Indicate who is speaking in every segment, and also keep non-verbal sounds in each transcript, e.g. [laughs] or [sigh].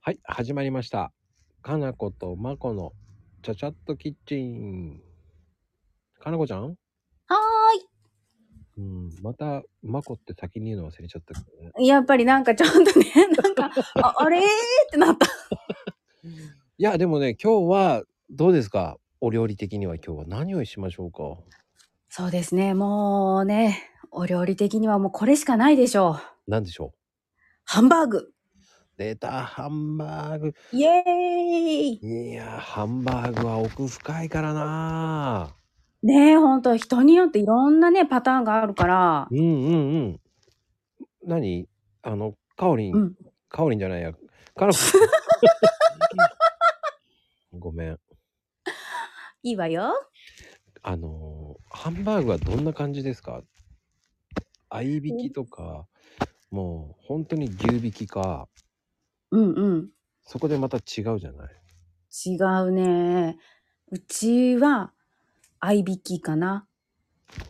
Speaker 1: はい、始まりました。かなことまこのちゃちゃっとキッチン。かなこちゃん
Speaker 2: は
Speaker 1: う
Speaker 2: ーい。
Speaker 1: ん、また、まこって先に言うの忘れちゃったけどね。
Speaker 2: やっぱりなんかちょっとね、なんか、ああれーってなった。
Speaker 1: いや、でもね、今日はどうですかお料理的には今日は何をしましょうか
Speaker 2: そうですね、もうね、お料理的にはもうこれしかないでしょう。
Speaker 1: 何でしょう
Speaker 2: ハンバーグ。
Speaker 1: 出た、ハンバーグ。
Speaker 2: イエーイ
Speaker 1: いや、ハンバーグは奥深いからな
Speaker 2: ねえ、ほんと、人によっていろんなね、パターンがあるから。
Speaker 1: うんうんうん。何あの、かおり、
Speaker 2: うんん。
Speaker 1: かおりんじゃないや。かなこ。
Speaker 2: [laughs]
Speaker 1: ごめん。
Speaker 2: いいわよ。
Speaker 1: あのーハンバーグはどんな感じですか合いびきとか、もう本当に牛びきか、
Speaker 2: うんうん。
Speaker 1: そこでまた違うじゃない
Speaker 2: 違うね。うちは、合いびきかな。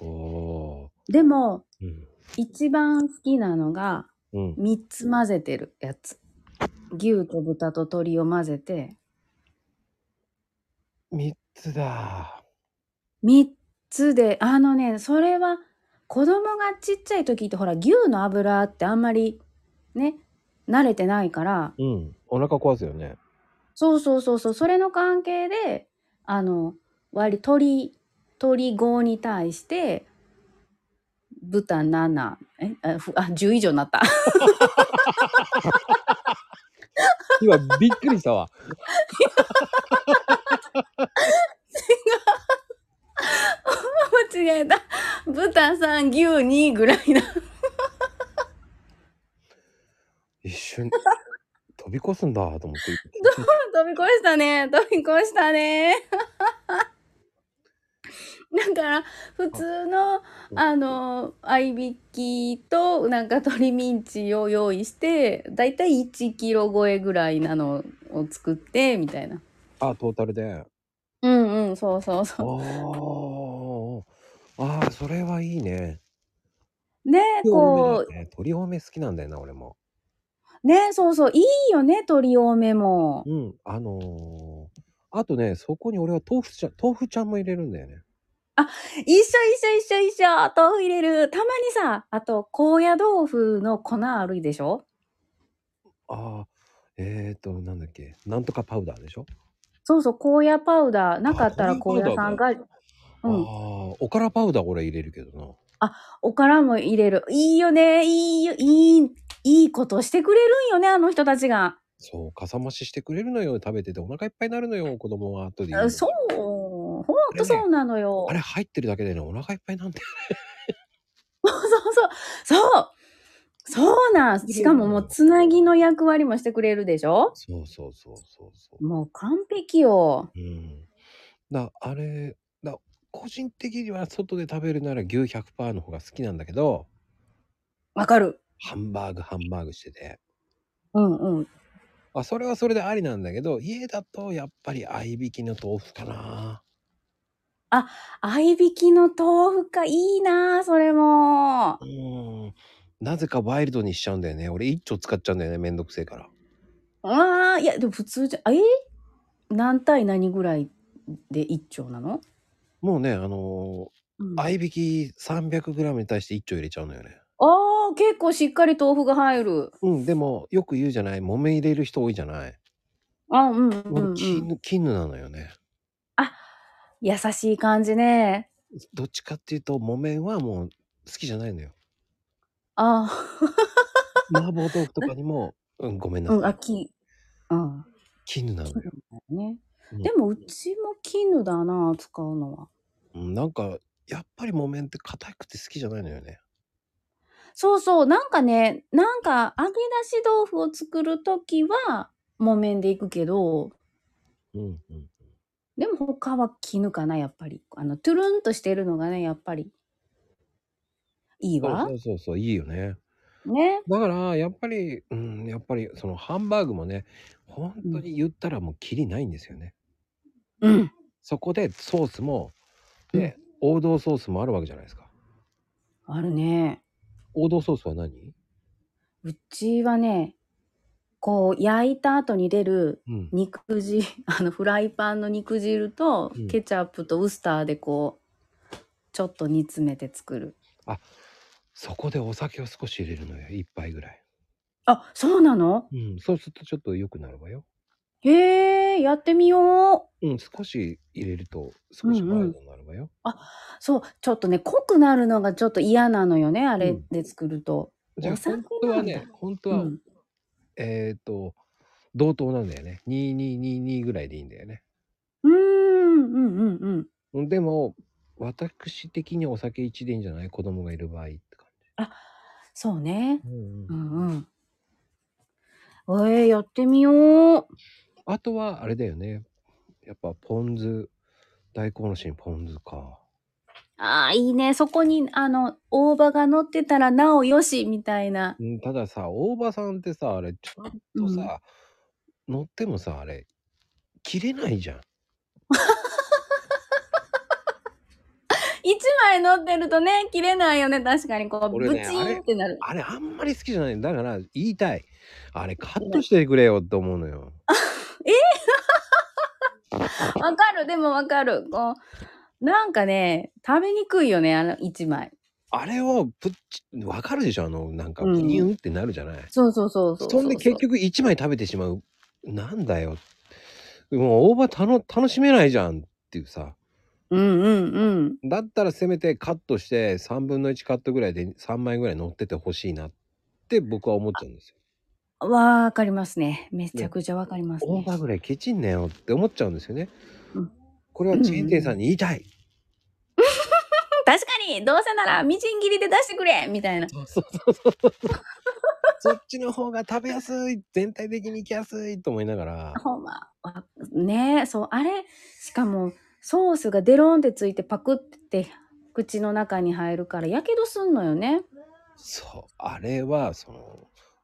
Speaker 1: おー。
Speaker 2: でも、
Speaker 1: うん。
Speaker 2: 一番好きなのが、
Speaker 1: うん。
Speaker 2: 3つ混ぜてるやつ。牛と豚と鶏を混ぜて、
Speaker 1: 3つだ。
Speaker 2: 3つであのねそれは子供がちっちゃい時ってほら牛の油ってあんまりね慣れてないから
Speaker 1: うん。お腹壊すよね。
Speaker 2: そうそうそうそうそれの関係であの割り鳥鳥5に対して豚7えあふあ10以上になった [laughs]
Speaker 1: 今びっくりしたわ。 [laughs]
Speaker 2: 間違えた豚3牛2ぐらいだ
Speaker 1: 一瞬、飛び越すんだと思って。 [laughs]
Speaker 2: 飛び越したね飛び越したね [laughs] だから普通の
Speaker 1: うん
Speaker 2: あの合いびきとなんか鶏ミンチを用意してだいたい1キロ超えぐらいなのを作ってみたいな
Speaker 1: あ、トータルで。
Speaker 2: うんうんそうそう
Speaker 1: あ
Speaker 2: そ
Speaker 1: ー。あー、それはいいね。
Speaker 2: うね
Speaker 1: 鳥多め
Speaker 2: こ
Speaker 1: だよね。鳥多め好きなんだよな、俺も。
Speaker 2: うねそうそういいよね鶏多めも
Speaker 1: うん、あのーあとね、そこに俺は豆腐ちゃん、豆腐ちゃんも入れるんだよね。
Speaker 2: 一緒一緒一緒一緒豆腐入れるたまにさあと高野豆腐の粉あるでしょ
Speaker 1: ああ、えーと、なんだっけ、なんとかパウダーでしょ
Speaker 2: そうそう、高野パウダー。なかったら
Speaker 1: あ
Speaker 2: 高野さんが、う
Speaker 1: あ
Speaker 2: ん。
Speaker 1: あ、おからパウダー俺入れるけどな。
Speaker 2: おからも入れる。いいよね。いいよ。いい、いいことしてくれるんよね、あの人たちが。
Speaker 1: そう、かさ増ししてくれるのよ、食べててお腹いっぱいになるのよ、子供は後で言うの。
Speaker 2: そう。ほんとそうなのよ。
Speaker 1: あれ入ってるだけでね、お腹いっぱいなんだよ。
Speaker 2: [laughs] そうそう。そう。そうなん。しかももう、つなぎの役割もしてくれるでしょ
Speaker 1: そうそうそうそうそ
Speaker 2: もう完璧よ。
Speaker 1: う。うん。だ、あれ、だ、個人的には外で食べるなら牛100%の方が好きなんだけど、
Speaker 2: わかる。
Speaker 1: ハンバーグ、ハンバーグしてて。
Speaker 2: うんうん。
Speaker 1: まあ、それはそれでありなんだけど、家だとやっぱり合いびきの豆腐かな。
Speaker 2: 合いびきの豆腐か、いいなそれも
Speaker 1: う。ーん。なぜかワイルドにしちゃうんだよね。俺一丁使っちゃうんだよね。めんどくせえから。
Speaker 2: うわあ、いや、でも普通じゃ、え何対何ぐらいで一丁なの、
Speaker 1: もうね、あの
Speaker 2: うん
Speaker 1: ー、合いびき 300g に対して一丁入れちゃうのよね。
Speaker 2: ああ、結構しっかり豆腐が入る。
Speaker 1: うん、でもよく言うじゃない。木綿入れる人多いじゃない。
Speaker 2: あうんうんう
Speaker 1: 俺
Speaker 2: ん、うん。
Speaker 1: 絹、絹なのよね。
Speaker 2: 優しい感じね。
Speaker 1: どっちかっていうと、木綿はもう好きじゃないのよ。
Speaker 2: あ
Speaker 1: 麻婆豆腐とかにも、 [laughs] うん、ごめん
Speaker 2: あ、
Speaker 1: な
Speaker 2: うん、
Speaker 1: さ
Speaker 2: あ、
Speaker 1: い。
Speaker 2: き、うん。
Speaker 1: 絹なのよ。
Speaker 2: ね。
Speaker 1: うん
Speaker 2: でも、うちも絹だな、使うのは。
Speaker 1: うんなんか、やっぱり木綿って硬くて好きじゃないのよね。
Speaker 2: そうそう、なんかね、なんか、揚げ出し豆腐を作るときは、木綿でいくけど、
Speaker 1: うん、うん。
Speaker 2: でも他は絹かな、やっぱり。あの、トゥルンとしてるのがね、やっぱり、いい
Speaker 1: そう
Speaker 2: わ
Speaker 1: そ。うそうそういいよね
Speaker 2: ね。
Speaker 1: だからやっぱりうんやっぱりそのハンバーグもね本当に言ったらもうキリないんですよね、
Speaker 2: うん。
Speaker 1: そこでソースもね、王道ソースもあるわけじゃないですか
Speaker 2: あるね。
Speaker 1: 王道ソースは何
Speaker 2: うちはね、こう焼いた後に出る
Speaker 1: うん。
Speaker 2: 肉汁 [laughs] あのフライパンの肉汁と
Speaker 1: うん
Speaker 2: ケチャップとウスターでこうちょっと煮詰めて作る
Speaker 1: そこでお酒を少し入れるのよ。一杯ぐらい。
Speaker 2: あそうなの
Speaker 1: うん。そうするとちょっと良くなるわよ。
Speaker 2: へえやってみよう
Speaker 1: うん。少し入れると少しマイルドになるわよ。
Speaker 2: そうちょっとね濃くなるのがちょっと嫌なのよねあれで作ると、
Speaker 1: じゃあ
Speaker 2: お酒
Speaker 1: 本当は
Speaker 2: なん
Speaker 1: ね
Speaker 2: だ、
Speaker 1: 本
Speaker 2: う
Speaker 1: 当は、
Speaker 2: ん
Speaker 1: えっ、と、同等なんだよね。2222ぐらいでいいんだよね。
Speaker 2: うーんうんうんうん
Speaker 1: うんでも、私的にお酒1でいいんじゃない子供がいる場合って感
Speaker 2: そうね
Speaker 1: じ。うん
Speaker 2: うんうんえー、やってみよう
Speaker 1: あとは、あれだよね。やっぱ、ポン酢、大根おろしにポン酢か。
Speaker 2: あーいいねそこにあの大葉が乗ってたらなおよしみたいな
Speaker 1: うんたださ、大葉さんってさ、あれ、ちょっとさ、乗ってもさ、あれ、切れないじゃん。
Speaker 2: 一枚乗ってるとね切れないよね確かにこう
Speaker 1: 俺
Speaker 2: ブ
Speaker 1: ね
Speaker 2: チーンってなる、
Speaker 1: あれ、あんまり好きじゃない。だから、言いたい。あれ、カットしてくれよって思うのよ。
Speaker 2: わかるでもわかるこうなんかね食べにくいよねあの一枚
Speaker 1: あれをプッチ、わかるでしょあの、なんか、
Speaker 2: うん
Speaker 1: ニュンってなるじゃない。
Speaker 2: そうそうそうそう
Speaker 1: そんで結局1枚食べてしまう。なんだよ。もう大葉たの楽しめないじゃんっていうさ。
Speaker 2: うんうんうん
Speaker 1: だったらせめてカットして3分の1カットぐらいで3枚ぐらい乗っててほしいなって僕は思っちゃうんですよ。
Speaker 2: わかりますね。めちゃくちゃわかります
Speaker 1: 大
Speaker 2: ね。
Speaker 1: 葉ぐらいケチんなよって思っちゃうんですよね。
Speaker 2: うん
Speaker 1: これはチェーン店さんに言いたい。
Speaker 2: 確かに、どうせならみじん切りで出してくれみたいな。
Speaker 1: そうそうそうそう。そっちの方が食べやすい全体的に行きやすいと思いながら。
Speaker 2: ほんま。わねえ、そう、あれ、しかも、ソースがデロンってついてパクって口の中に入るから、やけどすんのよね。
Speaker 1: そうあれはその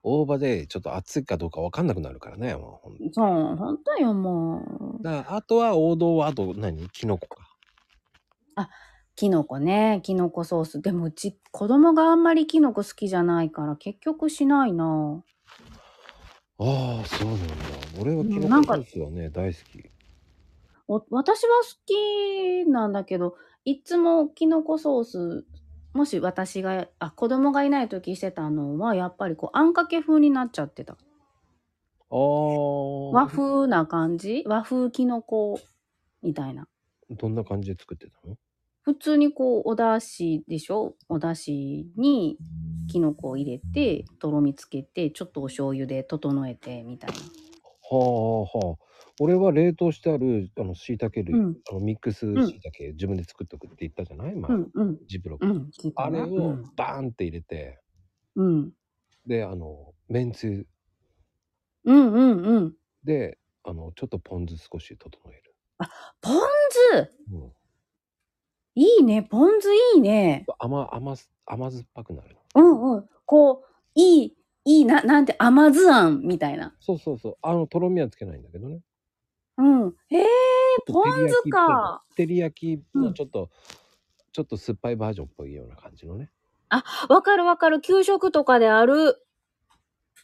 Speaker 1: 大葉でちょっと熱いかどうか分かんなくなるからねもうほん
Speaker 2: そう、ほんとよ、もう。
Speaker 1: だからあとは王道はあと何キノコか
Speaker 2: キノコね、キノコソース。でも、うち、子供があんまりキノコ好きじゃないから、結局しないな
Speaker 1: ああそうなんだ俺はキ
Speaker 2: な
Speaker 1: ノ
Speaker 2: ん
Speaker 1: コ
Speaker 2: か
Speaker 1: ソースはね大好き
Speaker 2: お私は好きなんだけどいつもキノコソースもし私があ子供がいない時してたのはやっぱりこうあんかけ風になっちゃってた
Speaker 1: ああ
Speaker 2: 和風な感じ和風キノコみたいな
Speaker 1: どんな感じで作ってたの
Speaker 2: 普通にこうおだしでしょおだしにキノコを入れてとろみつけてちょっとお醤油で整えてみたいな
Speaker 1: はあはあ俺は冷凍してあるあの椎茸類、
Speaker 2: うん
Speaker 1: あのミックス
Speaker 2: ん
Speaker 1: 椎茸、自分で作っとくって言ったじゃない、まあ
Speaker 2: うんうん
Speaker 1: ジブロック、
Speaker 2: うん聞いた
Speaker 1: あ
Speaker 2: な
Speaker 1: れ
Speaker 2: う
Speaker 1: を
Speaker 2: ん
Speaker 1: バーンって入れて、
Speaker 2: うん
Speaker 1: であのめんつゆ
Speaker 2: うんうんうん
Speaker 1: であのちょっとポン酢少し整える、
Speaker 2: ポン酢
Speaker 1: うん、
Speaker 2: いいねポン酢いいね
Speaker 1: 甘甘す甘酸っぱくなるの
Speaker 2: うんうん。こう、いい、いいな、なんて、甘酢あんみたいな。
Speaker 1: そうそうそうあのとろみはつけないんだけどね
Speaker 2: うん。へえ、ポン酢か。
Speaker 1: 照り焼き
Speaker 2: う
Speaker 1: の
Speaker 2: ん
Speaker 1: ちょっと、ちょっと酸っぱいバージョンっぽいような感じのね
Speaker 2: わかるわかる。給食とかである。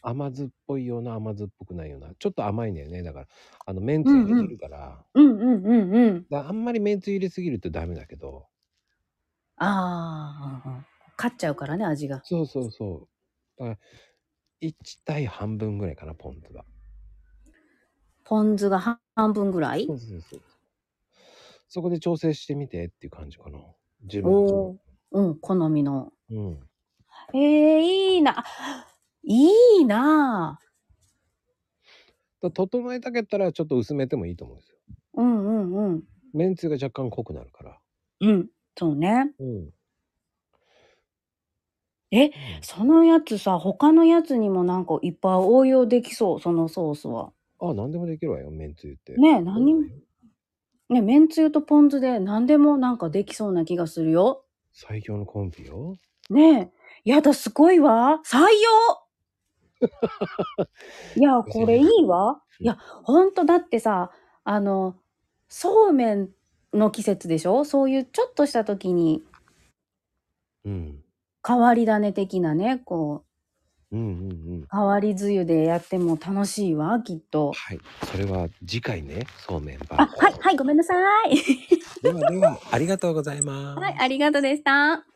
Speaker 1: 甘酢っぽいような甘酸っぽくないようなちょっと甘いんだよねだからあのめんつゆ入れてるから,、
Speaker 2: うんうんうんうん。
Speaker 1: だからあんまりめんつゆ入れすぎるとダメだけど
Speaker 2: ああ、うんうん勝っちゃうからね、味が。
Speaker 1: そうそうそうだから1対半分ぐらいかなポン酢が
Speaker 2: ポン酢が半半分ぐらい
Speaker 1: そうそうそうそこで調整してみてっていう感じかな自分
Speaker 2: お
Speaker 1: の
Speaker 2: ーうん、好みの。
Speaker 1: うん
Speaker 2: へえ、いいな。あいいな。
Speaker 1: だ整えたけったらちょっと薄めてもいいと思うんですよ。
Speaker 2: うんうんうん。
Speaker 1: めんつゆが若干濃くなるから。
Speaker 2: うん、そうね。
Speaker 1: うん。
Speaker 2: えそのやつさ、他のやつにもなんかいっぱい応用できそう、そのソースは。
Speaker 1: あ、何でもできるわよ、めんつゆって。
Speaker 2: ねえ何もね、めんつゆとポン酢で何でもなんかできそうな気がするよ。
Speaker 1: 最強のコンビよ。
Speaker 2: ねえ。やだ、すごいわ。採用いや、これいいわ。いや、ほんとだってさ、あの、そうめんの季節でしょそういうちょっとした時に
Speaker 1: うん。
Speaker 2: 変わり種的なね、こ
Speaker 1: うんうんうん。
Speaker 2: 変わりつゆでやっても楽しいわ、きっと。
Speaker 1: はい。それは次回ね、そうめんバ
Speaker 2: あ、
Speaker 1: ーガー
Speaker 2: はい、はい、ごめんなさい。
Speaker 1: ではでは、ありがとうございます。
Speaker 2: はい、ありがとうでした。